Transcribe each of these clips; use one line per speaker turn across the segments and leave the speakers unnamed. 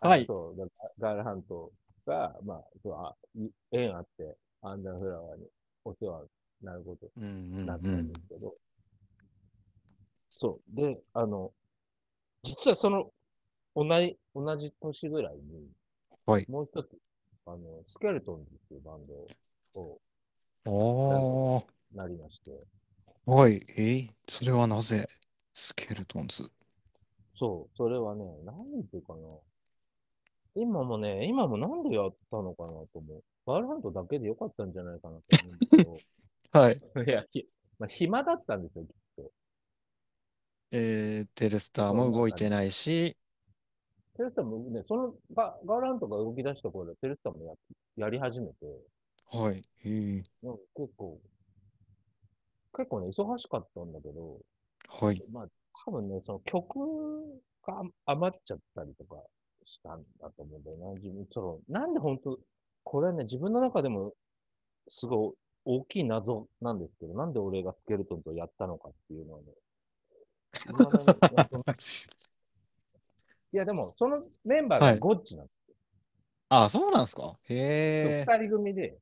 はい
そう、だからガール半島が、まあ、そうあい縁あって、アンダーフラワーにお世話になること
うん
に
う
なった
んうん
んですけど、そう。で、あの、実はその、同じ、同じ年ぐらいに、
はい
もう一つ、あの、スケルトンズっていうバンドを
ああ、
なりまして、
はい。えーそれはなぜスケルトンズ。
そう、それはね、なんていうかな。今もね、今もなんでやったのかなと思う。バールハンドだけでよかったんじゃないかなと思うんだけど。
はい。
いや、ひ まあ、暇だったんですよ。
えー、テレスターも動いてないし、
テレスタもね、そのガガーランとか動き出した頃でテレスタもややり始めて、
はい。えー
なんか結構、結構ね、忙しかったんだけど、
はい。
まあ、多分ね、その曲が余っちゃったりとかしたんだと思うんだよな。自分、その、なんで本当、これはね、自分の中でも、すごい大きい謎なんですけど、なんで俺がスケルトンとやったのかっていうの はね、未だに謎いや、でも、そのメンバー
は
が
い
ゴッチなんで
あ、そうなんですか。
すよ。
へえ。
二人組で、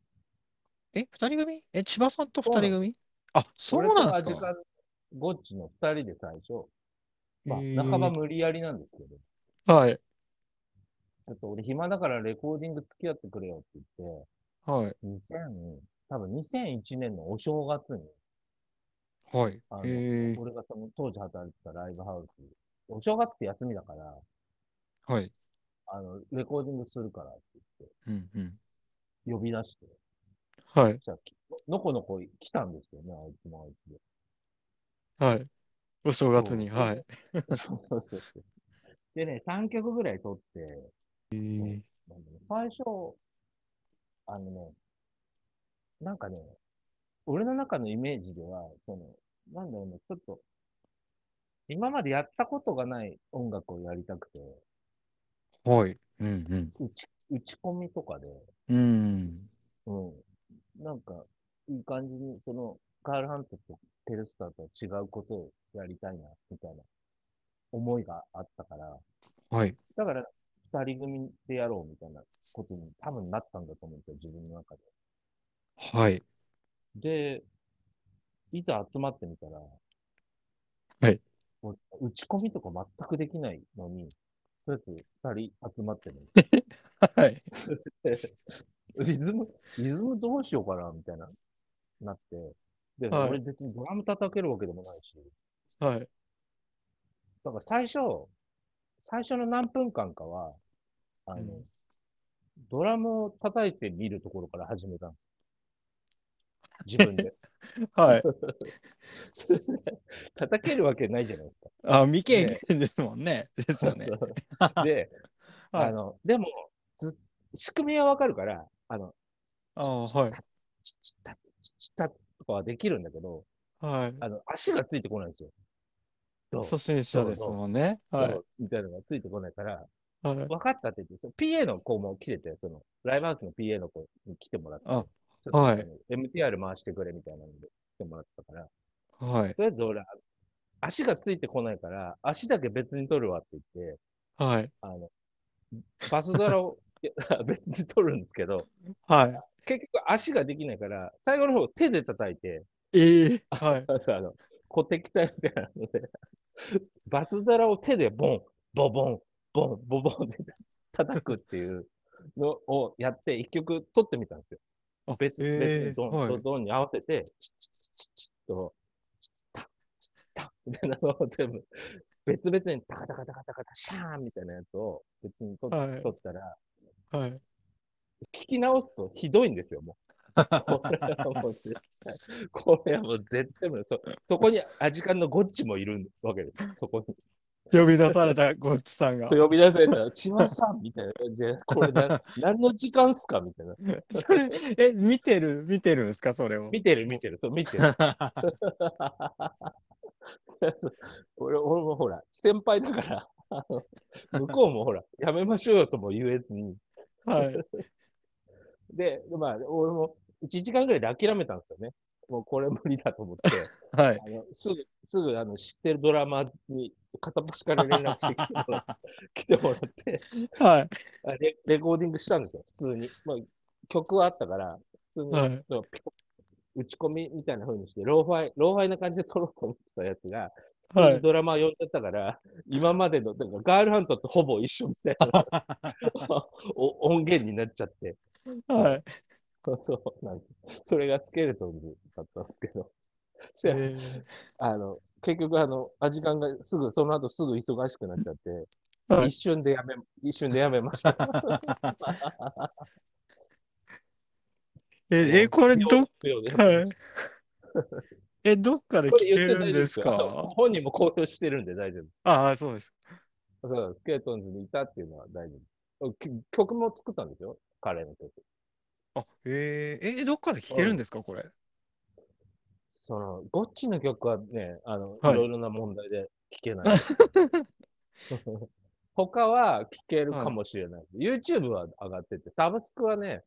え、二人組え、千葉さんと
そう
二
な
人
ん
組あ、そうなんです
俺とアジカ
か。
ルゴッチの二人で最初、ま
へ
あ、
ー
半ば無理やりなんですけど、
はい。
ちょっと俺暇だからレコーディング付き合ってくれよって言って、
はい。
2000、多分2001年のお正月に、
はい。
あの
へえ。
俺がその当時働いてたライブハウス、お正月って休みだから、
はい。
あの、レコーディングするからって言って、
うんうん。
呼び出して、
はい。
じゃあ、きのこのこ来たんですけどね、あいつもあいつで。
はい。お正月に。
そう
はい。
そうそうそう。でね、3曲ぐらい撮って、
へ
なんだろう最初、あのね、なんかね、俺の中のイメージでは、その、なんだろうね、ちょっと、今までやったことがない音楽をやりたくて、
え。はい。うん
打ち、打ち込みとかで、
うん。うん。
うん。なんか、いい感じに、その、カールハントとテルスターとは違うことをやりたいな、みたいな思いがあったから、
はい。
だから、二人組でやろうみたいなことに多分なったんだと思うんですよ、自分の中で。
はい。
で、いざ集まってみたら、
はい
俺。打ち込みとか全くできないのに、とりあえず二人集まってるん で
はい。
すよ。リズム、リズムどうしようかな、みたいな、なって。で、
はい
俺別にドラム叩けるわけでもないし、
はい。
だから最初、最初の何分間かは、あの、
うん
ドラムを叩いてみるところから始めたんですよ。自 分で。
はい。
叩けるわけないじゃないですか。
あ、未経験ですもんね。ですよね。
で、
はい
あの、でも、ず仕組みはわかるから、あの、
あはい。
タツチチタツチチタツとかはできるんだけど、
はい。
あの、足がついてこないんですよ。どう
初心者ですもんね。
どう
はい。
みたいなのがついてこないから、
はい。
分かったって言って、その PA の子も来てて、その、ライブハウスの PA の子に来てもらって、ち
あ
ょ、っと、
はい
あの MTR 回してくれみたいなので来てもらってたから、
はい。
とりあえず俺、足がついてこないから、足だけ別に取るわって言って、
はい。
あの、バスドラをいや別に取るんですけど、
は
結局足ができないから、最後の方手で叩いて、
い。ええ。はい。
さあの、小敵隊みたいなので、バスドラを手でボン、ボボン、ボン、ボボンで叩くっていうのをやって、一曲取ってみたんですよ。
あ
別
ええ
別にドン、
はい。
ドンに合わせて、チッチッチッチッチッと、チッタッ、チッタッみたいなのを全部、別々にタカタカタカタカタ、シャーンみたいなやつを別に取っ
はい。
取ったら、
はい。
聞き直すとひどいんですよ、もう。これはもう絶対、これはもう絶対無理そ、そこにアジカンのゴッチもいるわけですよ、そこに。
呼び出されたゴッチさんが。
と呼び出されたら、千葉さんみたいな感じで、これ な何の時間っすかみたいな。
それ、え、見てる、見てるんですか、それを。
見てる見てる、そう見てる。そう 俺俺もほら、先輩だから、あの向こうもほら、やめましょうよとも言えずに。
はい。
で、まあ、俺も1時間ぐらいで諦めたんですよね。もうこれ無理だと思って、
はい。
あのすぐ、すぐあの知ってるドラマーに片っ端から連絡してきてもらって 来てもらって
はい。
あレ、レコーディングしたんですよ、普通に。まあ、曲はあったから、普通に、
はい。
そうピコ打ち込みみたいな風にして、ローファイ、ローファイな感じで撮ろうと思ってたやつが、普
は
通
い
にドラマー呼んじゃったから、今までの、だからガールハントとほぼ一緒みたいな お音源になっちゃって、
はい。
そうなんです。それがスケルトンズだったんですけど。そし
え
て
ー
あの、結局、あの、あ時間がすぐ、その後すぐ忙しくなっちゃって、
はい
一瞬でやめ、一瞬でやめました。
え、え、これどっ、
秒で
はい。え、どっかで聞
これ
け
言って
る
大
ん
丈夫
で
ですすよ。あの
か
本人も公表してるんで大丈夫です。
ああ、そうです。
そうなんですスケートンズにいたっていうのは大丈夫です。き曲も作ったんですよ、彼の曲。
あ、えー、え、どっかで聞けるんですかこれ。
その、ゴッチの曲はね、あの、
はい
いろいろな問題で聴けない。 他は聴けるかもしれない。YouTube は上がってて、サブスクはね、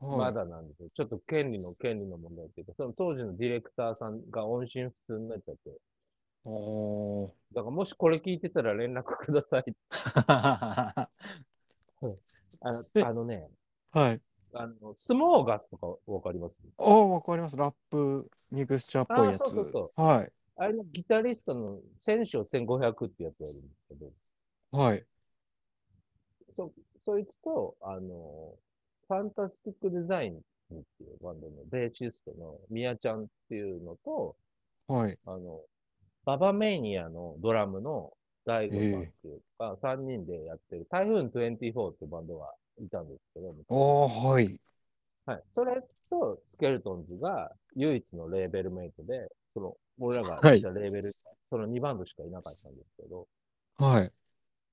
ま
はい。
だなんですよ。ちょっと権利の、権利の問題っていうか、その当時のディレクターさんが音信不通になっちゃって、
おー。
だからもしこれ聞いてたら連絡くだ さい。
は
あの
え
あのね、
い。
あの、スモーガスとかわかります
おー、わかります。ラップ、ミクスチャーっぽいや
あーそうそう
つ
そ。
はい。
あれのギタリストの戦勝1500ってやつがいるんですけど、
はい。
そ、そいつと、あの、ファンタスティックデザインズっていうバンドのベーシストのミヤちゃんっていうのと、
はい。
あの、ババメイニアのドラムの大悟さんっていうか、3人でやってる、台風24っていうバンドがいたんですけど、
おー、はい。
はい。それと、スケルトンズが唯一のレーベルメイトで、その、俺らが
はい
いたレーベル、その2バンドしかいなかったんですけど、
はい。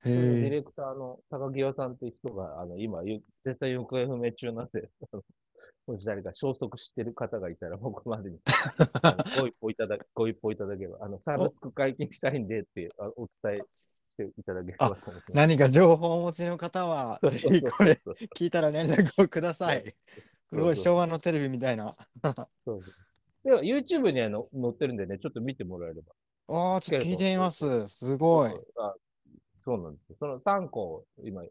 それのディ
へえ。
レクターの高際さんっていう人が、あの、今、ゆ絶対行方不明中なんで、あのもし誰か消息知ってる方がいたら、僕までに、あのご一報いただ、ご一報いただければ、あの、サービスク解禁したいんでって、あお伝えしていただければと思います。
何か情報をお持ちの方は、
そう
ぜ
そう
ひ
そう
これ、聞いたら連絡をくださ。
はい
すごい昭和のテレビみたいな。
そうそうでは、YouTube にあの載ってるんでね、ちょっと見てもらえれば。
ああ、ちょっと聞いてみます。すごい。
あそうなんですよ。その3個を今、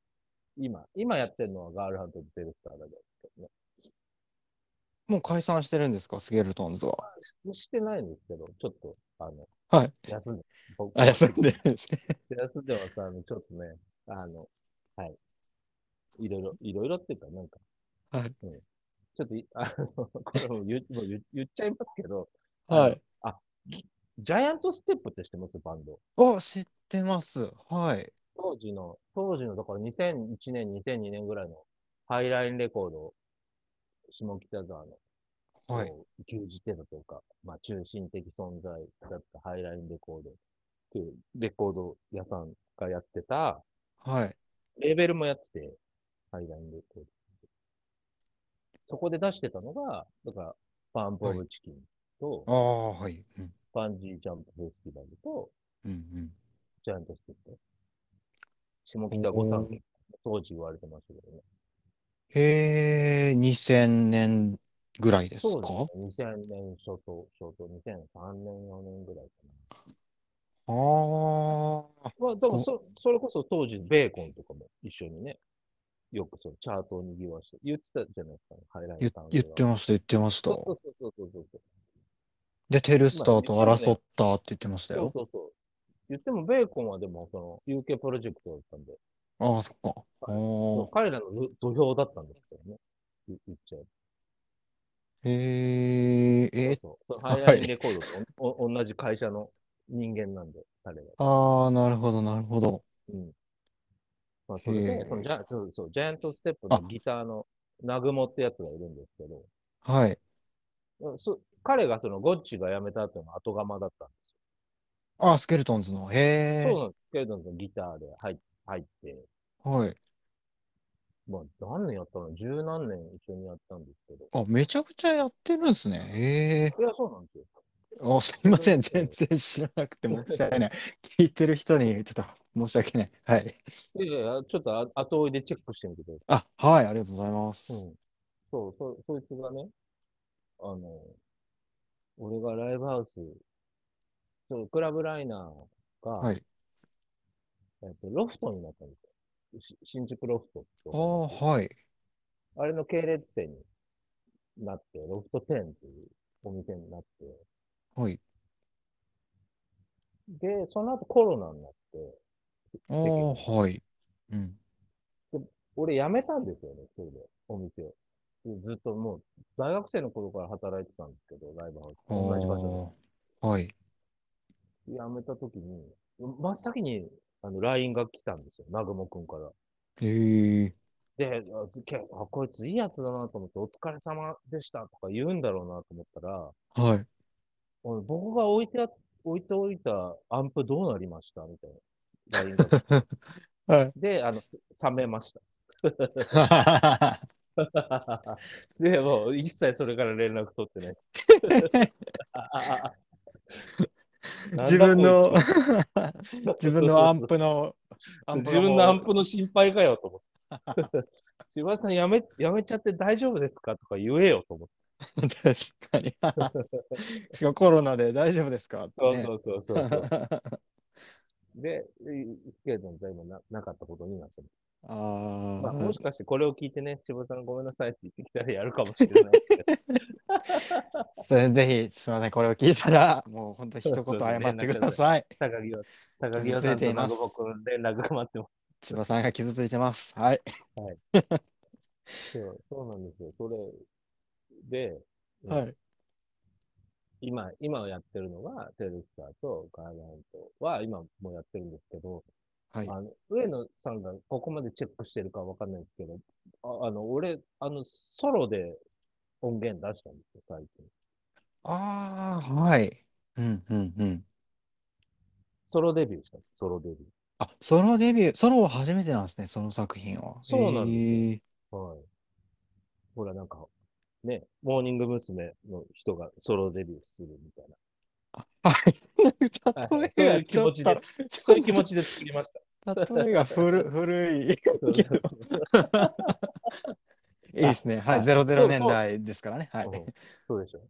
今、今やってるのはガールハントとデルスターだけですけどね。
もう解散してるんですか、スケルトンズは。
ししてないんですけど、ちょっと、あの、
はい。
休んで、僕
あ、休んでるんですね。
休んではさ、あのちょっとね、あの、はい。いろいろ、いろいろっていうか、なんか、
はい
うんちょっとい、あの、これも言うもう言う言っちゃいますけど、
はい。
ジャイアントステップって知ってますバンド。
お、知ってます。はい。
当時の、当時の、だから2001年、2002年ぐらいのハイラインレコードを下北沢の、
はい。
こう牛耳ってたというか、まあ中心的存在だったハイラインレコードっていうレコード屋さんがやってた、
はい。
レーベルもやってて、ハイラインレコード。そこで出してたのが、だから、パンプオブチキンと、
ああ、はい。うん。
バンジージャンプフェスティバルと、
うんうん。
ジャイアントステップ。下北五三家当時言われてましたけどね。
へえ、2000年ぐらいです
そう
か
ですね。2000年初頭、初頭、2003年、4年ぐらいか
ああ。
な。まあ、だから
こ
そ、それこそ当時、ベーコンとかも一緒にね、よくそのチャートを賑わして、言ってたじゃないですか、ね、ハイライ
言
ンさん
言って
まし
ました、言ってました
そ。うそうそうそうそうそう。
で、テルスターと争ったって言ってました
そう
よ。
そうそう。言っても、ベーコンはでも、その、UK プロジェクトだったんで、
ああ、そっか。あ
も
ー
う彼らの土俵だったんですけどね。言言っちゃう。
へえ、え、
そうそう。そのハイラインレコードとおお同じ会社の人間なんで、彼ら。
ああ、なるほど、なるほど。
うん。まあ、それ
へ
で
え、
そのジャそうそう、ジャイアントステップのギターのナグモってやつがいるんですけど、
はい。
そ彼がそのゴッチが辞めた後の後釜だったんです
ああ、スケルトンズの。へ
よ。
え
そう、なんですけれども、ギターで入っ入って、
はい。
まあ、何年やったの十何年一緒にやったんですけど。
あ、めちゃくちゃやってるんですね。へえ。
いや、そうなんですよ。
あ、すいません。全然知らなくて申し訳ない。聞いてる人にちょっと申し訳ない。はい。
いやいや、ちょっとあ後追いでチェックしてみてくださ
あ、はい、ありがとうございま
い。う
す。
ん。そう、そ、そいつがね、あの、俺がライブハウス、そう、クラブライナーが、
はい
えっと、ロフトになったんですよ。し新宿ロフト
あ
と
あ、はい。
あれの系列店になって、ロフト10っていうお店になって、
はい。
で、その後コロナになって、せ
あ
世間
あ、はい。うん。
俺辞めたんですよね、それで、お店を。でずっともう、大学生の頃から働いてたんですけど、ライブハウス。
あ
同じ場所
あ、はい。
で。辞めた時に、真っ先に、あの、LINE が来たんですよ、南雲くんから。
ええ
で、あつけあ、こいついいやつだなと思って、お疲れ様でしたとか言うんだろうなと思ったら、
はい。
おい僕が置いてあ、置いておいたアンプどうなりましたみたいな。LINE が来 て
はい。
で、あの、冷めました。 で、もう一切それから連絡取ってないです。
自分の、
なんだこいつ
自分のアンプの、アンプ
自
がもう
分のアンプの心配かよと思って。 千葉さんやめ、やめちゃって大丈夫ですかとか言えよと思って。
確かに。しかもコロナで大丈夫ですかって
そう
ね
そうそうそう そう。で、スケートの今ななかったことになってます。
あ
まあ、
あ、
もしかしてこれを聞いてね、千葉さんごめんなさいって言ってきたらやるかもしれないですけど。
それぜひ、すみません、これを聞いた ら、もう本当一言謝ってください。
高木は、高木はさんと孫僕の連絡が待ってます
千葉さんが傷ついてます。はい。
そう、そうなんですよ。それで、うん
はい。
今、今やってるのが、テルスターとガーラントは今もやってるんですけど、
はい
あの上野さんがここまでチェックしてるかわかんないですけど、ああの、俺、あの、ソロで音源出したんですよ、最近。
ああ、はい。うんうんうん。
ソロデビューした、ソロデビュ
あ、ソロデビュー、ソロは初めてなんですね、その作品は。
そうなんですよ
へえ
ー。はい。ほら、なんか、ね、モーニング娘。の人がソロデビューするみたいな。
はい。
はいはいそう
例え
いう
が
気
ちょ
持
っ
ち
と、
で
ちょっと
そういう気持ちで作りました。
例えが古、 古い。
そう
けどいいですね。はい。
あ
ゼロゼ
そう
ロ年代ですからね。はい。
うんそうでしょ。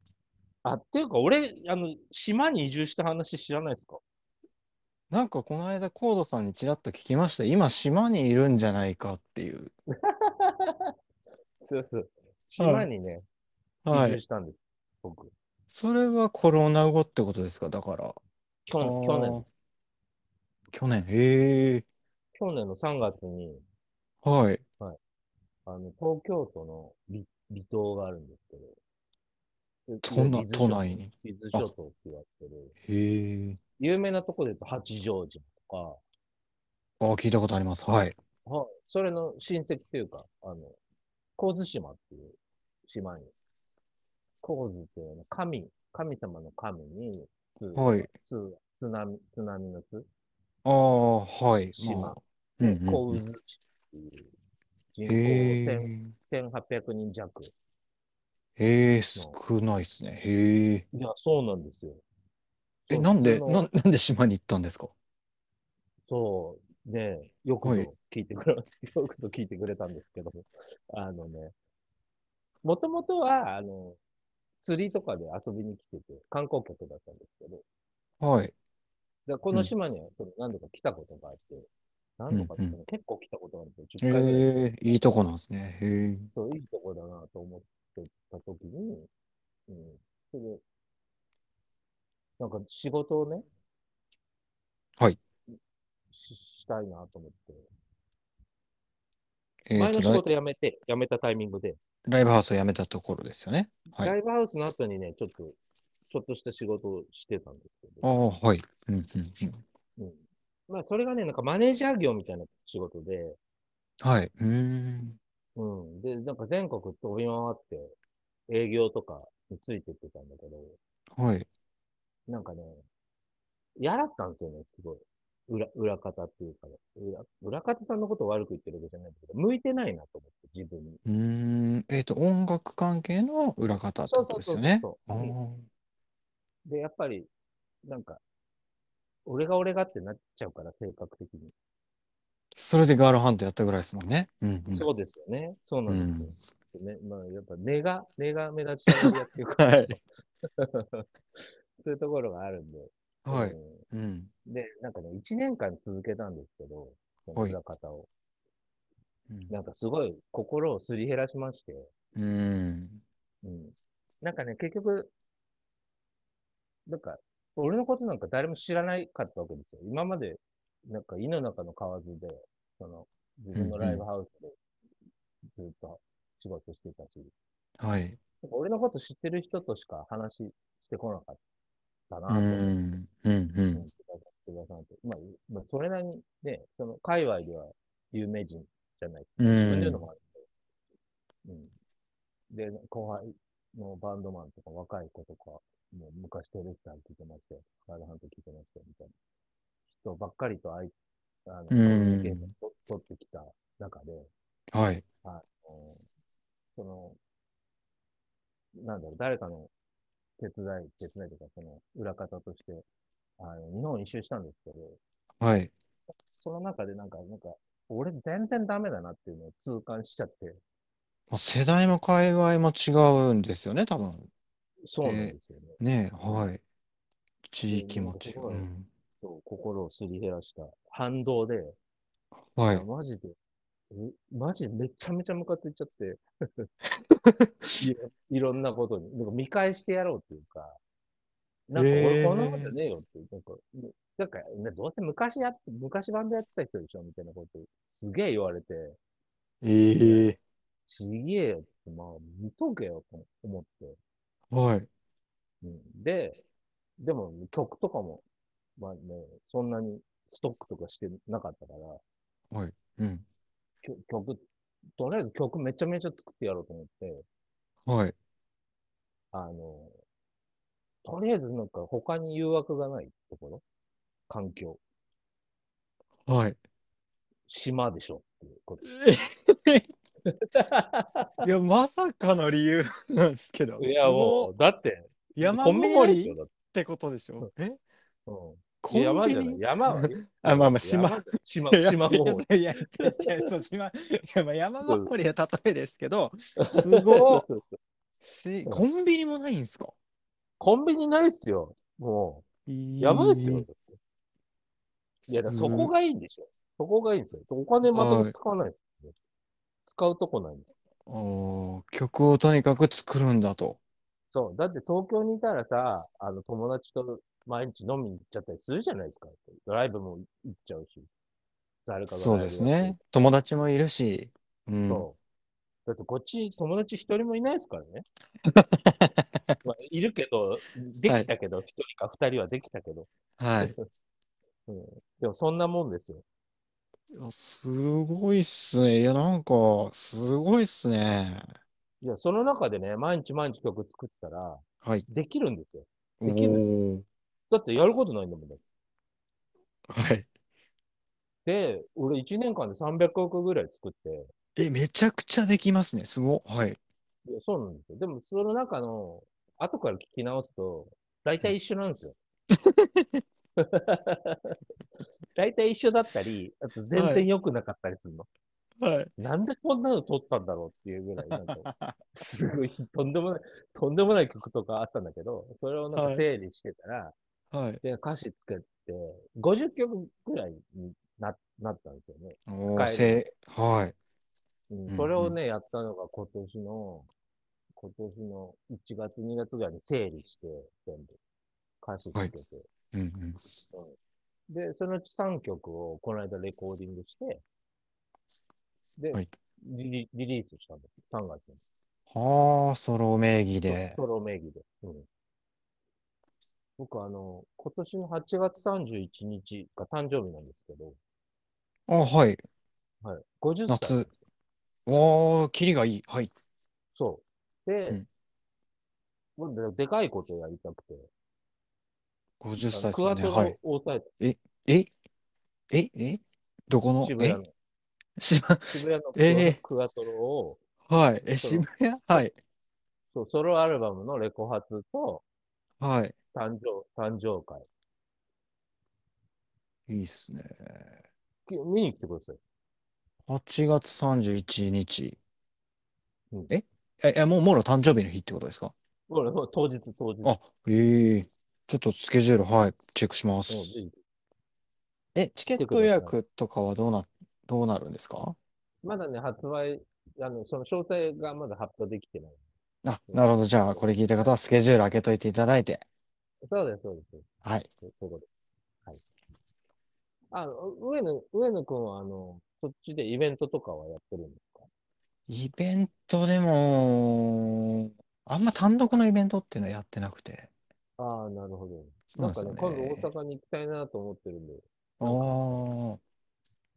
あ、っていうか、俺、あの、島に移住した話知らない ですか
なんかこの間、コードさんにちらっと聞きました。今、島にいるんじゃないかっていう。
そうそう。島にね、
は
移住
い。
したんです。僕。
それはコロナ後ってことですか、だから。
去年、去年、
去年。去年、へえ。
去年の3月に、
はい。
あの、東京都の離離島があるんですけど、で
都内
伊豆諸
都内に。
伊豆諸島って言われてる、
へえ。
有名なとこで言うと八丈島と
あ、聞いたことあります。はい。
か、はい、それの親戚というか、あの、神津島っていう島に、神津っていうのは神、神様の神に、津、
はい
津、津波、津波の津、
ああ、はい。
島
まあ。うんうん
神
うん。
津市っていう人口
へ
1000
え。
1800人弱。
へえ、少ないですね。へえ。
いや、そうなんですよ。
え、
そう
なんで、
そ
な
の
ん、 なんで島に行ったんですか
そう、ねえ、よく
は
ぞ
い
聞いてくれ、 よくぞ聞いてくれたんですけども、あのね、もともとは、あの、釣りとかで遊びに来てて、観光客だったんですけど、
はい。
でこの
うん
島にはその何度か来たことがあって、何度かっていうのは結構来たことがあるんです
へ
よ、10回ぐら
え、
い。
いいとこなんですね。へえ。
そう、いいとこだなと思ってたときに、うん、それで、なんか仕事をね、
はい
し。したいなと思って、
えー
前の
と
仕
ライ、
事辞めて、辞めたタイミングで、
ライブハウスを辞めたところですよね。はい。
ライブハウスの後にね、ちょっと、ちょっとした仕事をしてたんですけ
あ
ど、
あ、はい。うんうんうん。
うん、まあ、それがね、なんかマネージャー業みたいな仕事で、
はい。うーん。
うん、で、なんか全国飛び回って、営業とかについてってたんだけど、
はい。
なんかね、嫌だったんですよね、すごい。裏、裏方っていうかね、裏、裏方さんのことを悪く言ってるわけじゃないんだけど、向いてないなと思って、自分に。
うーん。えっと、音楽関係の裏方ってことですよね。
そう
あ
そうそうそうで、やっぱり、なんか、俺が俺がってなっちゃうから、性格的に。
ーそれでガールハントやったぐらいですもんね。うんうん。
そうですよね。そうなんですよ。
うん
ね、まあ、やっぱ根が、根が目立ちたがり屋っていうか、
はい
そういうところがあるんで。
はい。
うん
うん。
で、なんかね、1年間続けたんですけど、その
はい
裏方を。
うん
なんかすごい心をすり減らしまして、
うん。
うん。なんかね、結局、なんか、俺のことなんか誰も知らないかったわけですよ。今まで、なんか、井の中の河津で、その、自分のライブハウスで、ずっと仕事してたし、
はい。
なんか俺のこと知ってる人としか話してこなかったな
う
と思って
ん。うん。う
うんん。福田さんってまあ、まあ、それなりにね、その、界隈では有名人じゃないですか。
うん
自分で言うのもあるけど。うん。で、後輩のバンドマンとか若い子とか、もう昔テレスター聞いてましたよ。カードハント聞いてましたよ、みたいな。人ばっかりとあい、あの、コミュニケーションと取ってきた中で、
はい。
あのその、なんだろう、誰かの手伝い、手伝いというか、その、裏方として、あの、日本一周したんですけど、
はい。
その中でなんか、なんか、俺全然ダメだなっていうのを痛感しちゃって。
まあ世代も界隈も違うんですよね、多分。
そうなんですよね。
ねえ、はい。地域も違う。うん
そう心をすり減らした反動で、
はい
や。マジで、えマジでめちゃめちゃムカついちゃって、いろいろんなことに、なんか見返してやろうっていうか、なんか
へ
俺
ー
こんなことねえよって、なんか、なんか、ね、どうせ昔やって、昔バンドやってた人でしょみたいなこと、すげえ言われて、
ええ。
ちげえよって、まあ、見とけよと思って。
はい。
うんで、でも曲とかも、まあね、そんなにストックとかしてなかったから、
はい。うん。
きょ曲、とりあえず曲めちゃめちゃ作ってやろうと思って、
はい。
あの、とりあえずなんか他に誘惑がないところ環境。
はい。
島でしょっていうこと。
いや、まさかの理由なんですけど。
いやもう、だって、
う山
コ
ご
ンビニ
も
ないで
り
すよ
っ
だって
てことでしょ。え
うん
コ
いや
ン
山
ビ
じゃない。
ニ
山は、
あ、まあまあ、島。
山 島、
いや
島ごもり。
いやいやいやそう島いやまあ山ごもりは例えですけど、すごっし、コンビニもないんですか
コンビニないっすよ。もう。やばいっすよ。だっていや、だからそこがいいんでしょ。そこがいいんですよ。お金まともに使わないですよね、使うとこないんですよ。
おー曲をとにかく作るんだと。
そう。だって東京にいたらさ、あの、友達と毎日飲みに行っちゃったりするじゃないですか。ドライブも行っちゃうし。誰かが
そう
ライブやって
ですね。。友達もいるし。うん。
そう。だってこっち友達一人もいないですから ね。まあ、いるけど、できたけど、一、人か二人はできたけど、
はい。
うん。でもそんなもんですよ。
いやすごいっすね。いや、なんか、すごいっすね。
いや、その中でね、毎日毎日曲作ってたら、
はい。
できるんですよ。
お
できる
ー
だってやることないんだもんだって。
はい。
で、俺1年間で300億ぐらい作って、
え、めちゃくちゃできますね。すごっ。はい。
いやそうなんですよ。でもその中の、後から聞き直すと、大体一緒なん ですよ。大体一緒だったり、あと全然良くなかったりするの。
はい。
なんでこんなの撮ったんだろうっていうぐらい、なんか、 すごい、とんでもない、とんでもない曲とかあったんだけど、それをなん
は
か
い
整理してたら、
はい。
で、歌詞作って、50曲ぐらいにななったんですよね。
お
使
ー
える
せはい。
うん
うん
それをね、やったのが今年の、今年の1月、2月ぐらいに整理して、全部、歌詞つけて、
うんうん。
で、そのうち3曲をこの間レコーディングして、で、
はい
リリリリースしたんですよ、3月に。
はあ、ソロ名義で。
ソロ名義で。うん僕、あの、今年の8月31日が誕生日なんですけど、
あ、はい。
はい、50歳なんですよ。
わあ、キリがいい。はい。
そう。で、
うん
もうででかいことやりたくて、
50歳です
クワ
もんね。
トロ
は
を
い。
抑えて、
えええどこの
渋
え
谷の、
渋
渋谷のクワ,、
ええ
クワトロを、
はい。え、
そう
渋谷はい。
そう、ソロアルバムのレコ発と
はい。
誕生、誕生会。
いいっすね。
き見に来てください。
8月31日
うん。
え、え、えもう、もろ誕生日の日ってことですか
俺も当日、当日。
あ、ええちょっとスケジュール、はい、チェックしま
う
す
ん。ぜひぜひ
え、チケット予約とかはどうな、どうなるんですか
まだね、発売、あの、その詳細がまだ発表できてない。
あ、なるほど。じゃあ、これ聞いた方はスケジュール開けといていただいて。
そうです、そうです。
はい。
そうそういうことです。はい。あの、上野、上野くんは、あの、そっちでイベントとかはやってるんですか
イベントでも、あんま単独のイベントっていうのはやってなくて。
ああ、なるほど。
そう
な
なん
ん
で
か
す
ね
よ、
今度
ね。
大阪に行きたいなと思ってるんで、
ああー、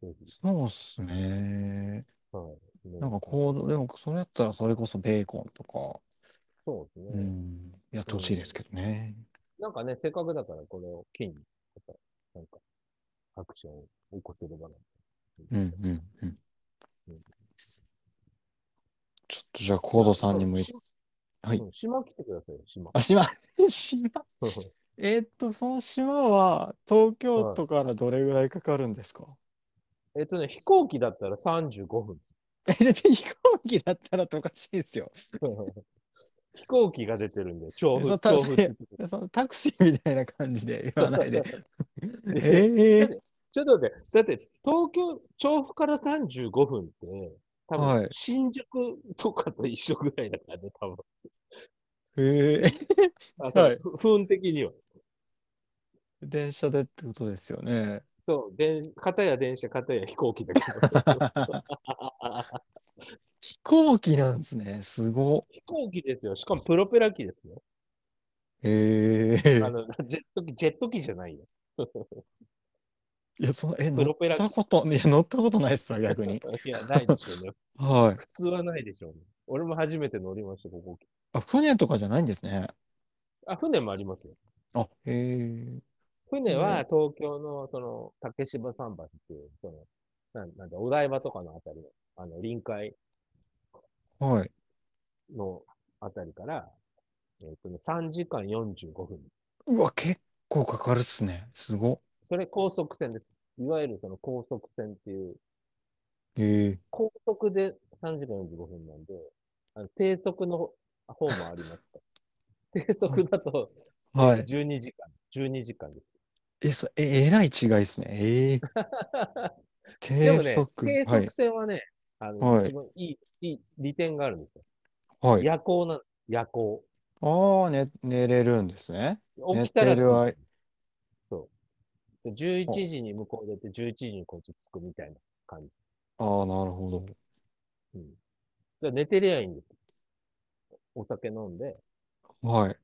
ぜひ。
そうっすね。
はい。
なんかこう、でも、それやったらそれこそベーコンとか、
そうです
う
ね。
ん、やってほしいですけどね。
なんかね、せっかくだからこれを機に、またなんか、アクションを起こせればな。
うん、うん、うん。
うん
ちょっとじゃあ、コードさんにもい、
そう
はい
うん島来てくださいよ、島。
あ、島、島。えーっと、その島は東京
はい
都からどれぐらいかかるんですか
えっとね、飛行機だったら35分です。
え、別に飛行機だったらおかしいですよ。
飛行機が出てるんで、調
そ
布、
う確か
調布
に
ってと こ
そのタクシーみたいな感じで言わないで。 え
だっ
ー
てちょっと待って、だって東京、調布から35分って、多
はい
分新宿とかと一緒ぐらいだからね、多分。
えー、
あそう
はい
ふ 不運的には。
電車でってことですよね。
そう、電片や電車、片や飛行機だけど。
飛行機なんですね。すご。
飛行機ですよ。しかもプロペラ機ですよ。
え
あ
ー、
の ジェット機、ジェット機じゃないよ。
いや、その、え、
プ
乗っ
ロペラ機
た。こと、いや、乗ったことないですわ、逆に。
いや、ないでしょうね。
はい。
普通はないでしょうね。俺も初めて乗りました、ここ。
あ、船とかじゃないんですね。
あ、船もありますよ。
あ、えー、
船
う
は
ん
東京の、その、竹芝桟橋っていう、その、なん、なんだ、お台場とかのあたりの、あの、臨海
はい。
のあたりから、えっ、とね、3時間45分。
うわ、結構かかるっすね。すご。
それ高速船です。いわゆるその高速船っていう、
えー、
高速で3時間45分なんで、あの低速の方もあります から。低速だと
はい。
12時間、12時間 で
え、そ、
す。
え、えらい違いですね。ええ
で
低
もね、
速。
低
はい
速。船はね、あの、
はい
すごいいい、いい利点があるんですよ。
はい。
夜行なの、夜行。
ああ、ね、寝れるんですね。
起きたら
寝てる
着
間
く。そう。で11時に向こう出て、11時にこっち着くみたいな感じ。
ああ、なるほど。
うん。だから寝てりゃいいんですよ。お酒飲んで。
はい。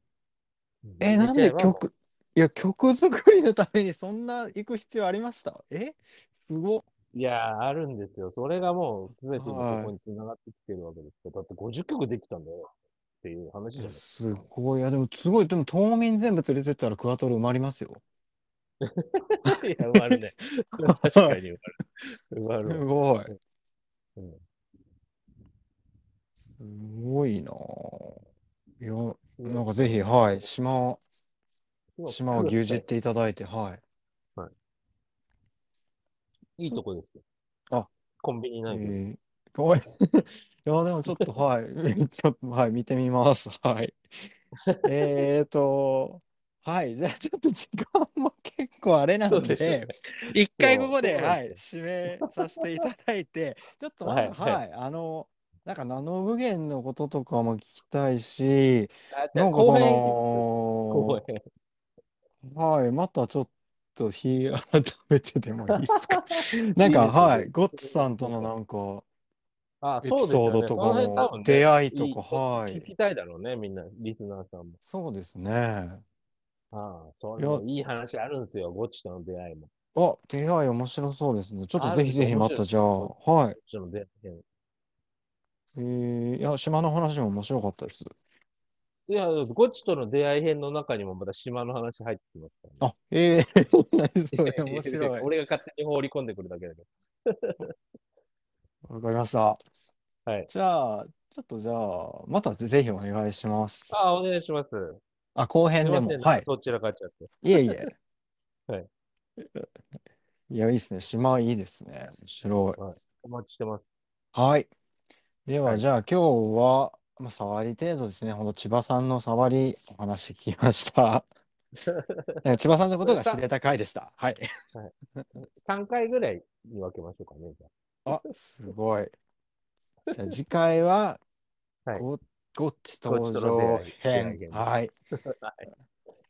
え、
寝
なん
ちゃえ
で
ば
曲、いや、曲作りのためにそんな行く必要ありましたえすご。
いやー、あるんですよ。それがもう、すべての
はい
ここに繋がってきてるわけですよ。だって50曲できたんだよ。っていう話じゃないです
すごい。いや、でもすごい。でも島民全部連れてったらクワトロ埋まりますよ。
か。いや、埋ま るね。確かに埋まる。埋まするわ。
ごい
うん。
すごいなぁ。いや、なんかぜひ、
今
はい、島、島を
今
牛耳っていただいて、はい。
いいとこですよ。
あ、
コンビニないけど。
えー、 かわいい。いや、でもちょっと、はい、 ちょっと、はい、見てみます。 はい。えーと、はい、じゃあちょっと時間も結構あれなん
そ
で、
うですよね
一回ここで、
そうそう
はい、締めさせていただい て、ちょっとまだ、
はいはい
はい、あの、なんかナノ無限のこととかも聞きたいし、
あ、じゃ
な
あ、
んかそ
公園
の、
公園。
はい、またちょっと日改めてでもいいです か。なんか、
いいですよ
はい、ゴッツさんとのなんか、
あ、
エピ
そうです
ソー
よ
ド
ね。
と
そ
か
の辺多分
も、
ね、
出会い
い
と
い
か、は
聞
い。
きたいだろうね、みんな、リスナーさんも。
そうですね。
ああ、そ
いや
れいい話あるんですよ、ゴチとの出会いも。
あ、出会い面白そうですね。ちょっと
あ
ぜひぜひまた、じゃあ、はい。
ゴチとの出会い。
えーいや、島の話も面白かったです。
いや、ゴチとの出会い編の中にもまた島の話入ってきますからね。
あ、ええー、それ
いや
面
いやい
白
や
い。
俺が勝手に放り込んでくるだけだけど。
わかりました。
はい
じゃあ、ちょっとじゃあ、またぜひお願いします。
ああ、お願いします。す
あ、後
い
編で
ま
も
せん、。
はい。
どちらかっちゃって。
いえいえ。
はい。
いや、いいですね。島いいですね。面白い。
お待ちしてます。
はい。では、
はい
じゃあ今日は、まあ、触り程度ですね。ほんと千葉さんの触りお話聞きま した。え千葉さんのことが知れた回でした。はい。
3回ぐらいに分けましょうかね、じゃ
あ、すごい。じゃあ次回は、
はい
ごごっち
ごっ
登
ちとの
場編
出会い。
はい。
あ。はい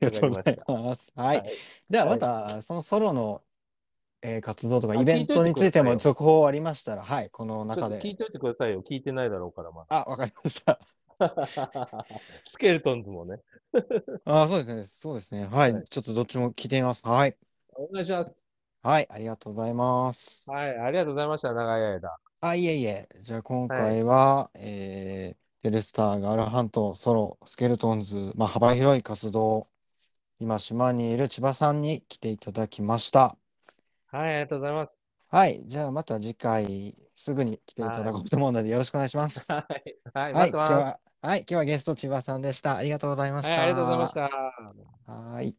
ありがとうございます。はい。
はい
では
は
ま
い
た、そのソロの、えー活動とか
あ
イベントについて
聞
も
いと
続報ありましたら、はい、この
ちょ
中
っと
で
聞。いといてくださいよ。聞いてないだろうから、 ま
あ、わかりました。
だ。スケルトンズもね。
あ、そうですね。そうですね。はい。
はい
ちょっとどっちも聞いてみます。はい。
お願いします。
はい。ありがとうございます。
はい、ありがとうございました、長い間。
あ、いえいえ。じゃあ今回は、えーテルスター、ガールハント、ソロ、スケルトンズ、まあ、幅広い活動、今島にいる千葉さんに来ていただきました。
はい、ありがとうございます。
はい。じゃあまた次回、すぐに来ていただこうと思うので、よろしくお願いします。
はい、は
は
い、待
い、
って
今
ます。
日は、はい、今日はゲスト千葉さんでした。ありがとうございま
は
し
い、
た。
ありがとうございました。
はい。